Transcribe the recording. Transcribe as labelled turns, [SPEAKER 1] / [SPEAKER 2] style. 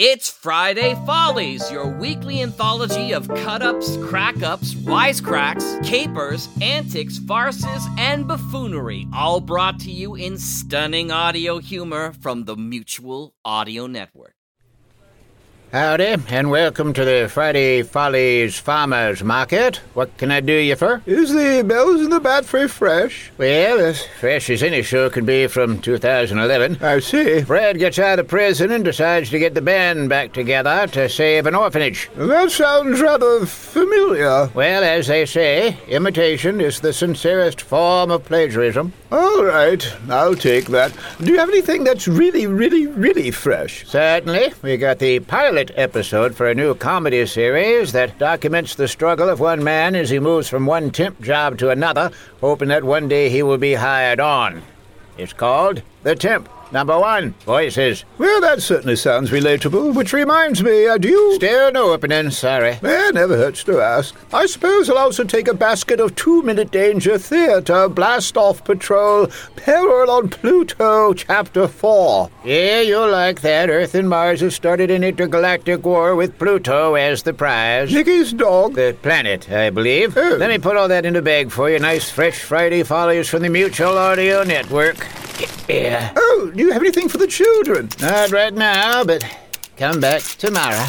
[SPEAKER 1] It's Friday Follies, your weekly anthology of cut ups, crack ups, wisecracks, capers, antics, farces, and buffoonery, all brought to you in stunning audio humor from the Mutual Audio Network.
[SPEAKER 2] Howdy, and welcome to the Friday Follies Farmers Market. What can I do you for?
[SPEAKER 3] Is the bells in the bat very fresh?
[SPEAKER 2] Well, as fresh as any show can be from 2011.
[SPEAKER 3] I see.
[SPEAKER 2] Fred gets out of prison and decides to get the band back together to save an orphanage.
[SPEAKER 3] That sounds rather familiar.
[SPEAKER 2] Well, as they say, imitation is the sincerest form of plagiarism.
[SPEAKER 3] All right, I'll take that. Do you have anything that's really, really, really fresh?
[SPEAKER 2] Certainly, we got the pilot episode for a new comedy series that documents the struggle of one man as he moves from one temp job to another, hoping that one day he will be hired on. It's called The Temp. Number one, voices.
[SPEAKER 3] Well, that certainly sounds relatable, which reminds me, uh, do you...
[SPEAKER 2] Still no opening, sorry.
[SPEAKER 3] Eh, never hurts to ask. I suppose I'll also take a basket of two-minute danger theatre, blast-off patrol, peril on Pluto, chapter four.
[SPEAKER 2] Yeah, you'll like that. Earth and Mars have started an intergalactic war with Pluto as the prize.
[SPEAKER 3] Nicky's dog.
[SPEAKER 2] The planet, I believe.
[SPEAKER 3] Oh.
[SPEAKER 2] Let me put all that in a bag for you. Nice, fresh Friday follies from the Mutual Audio Network. Yeah.
[SPEAKER 3] Oh, do you have anything for the children?
[SPEAKER 2] Not right now, but come back tomorrow.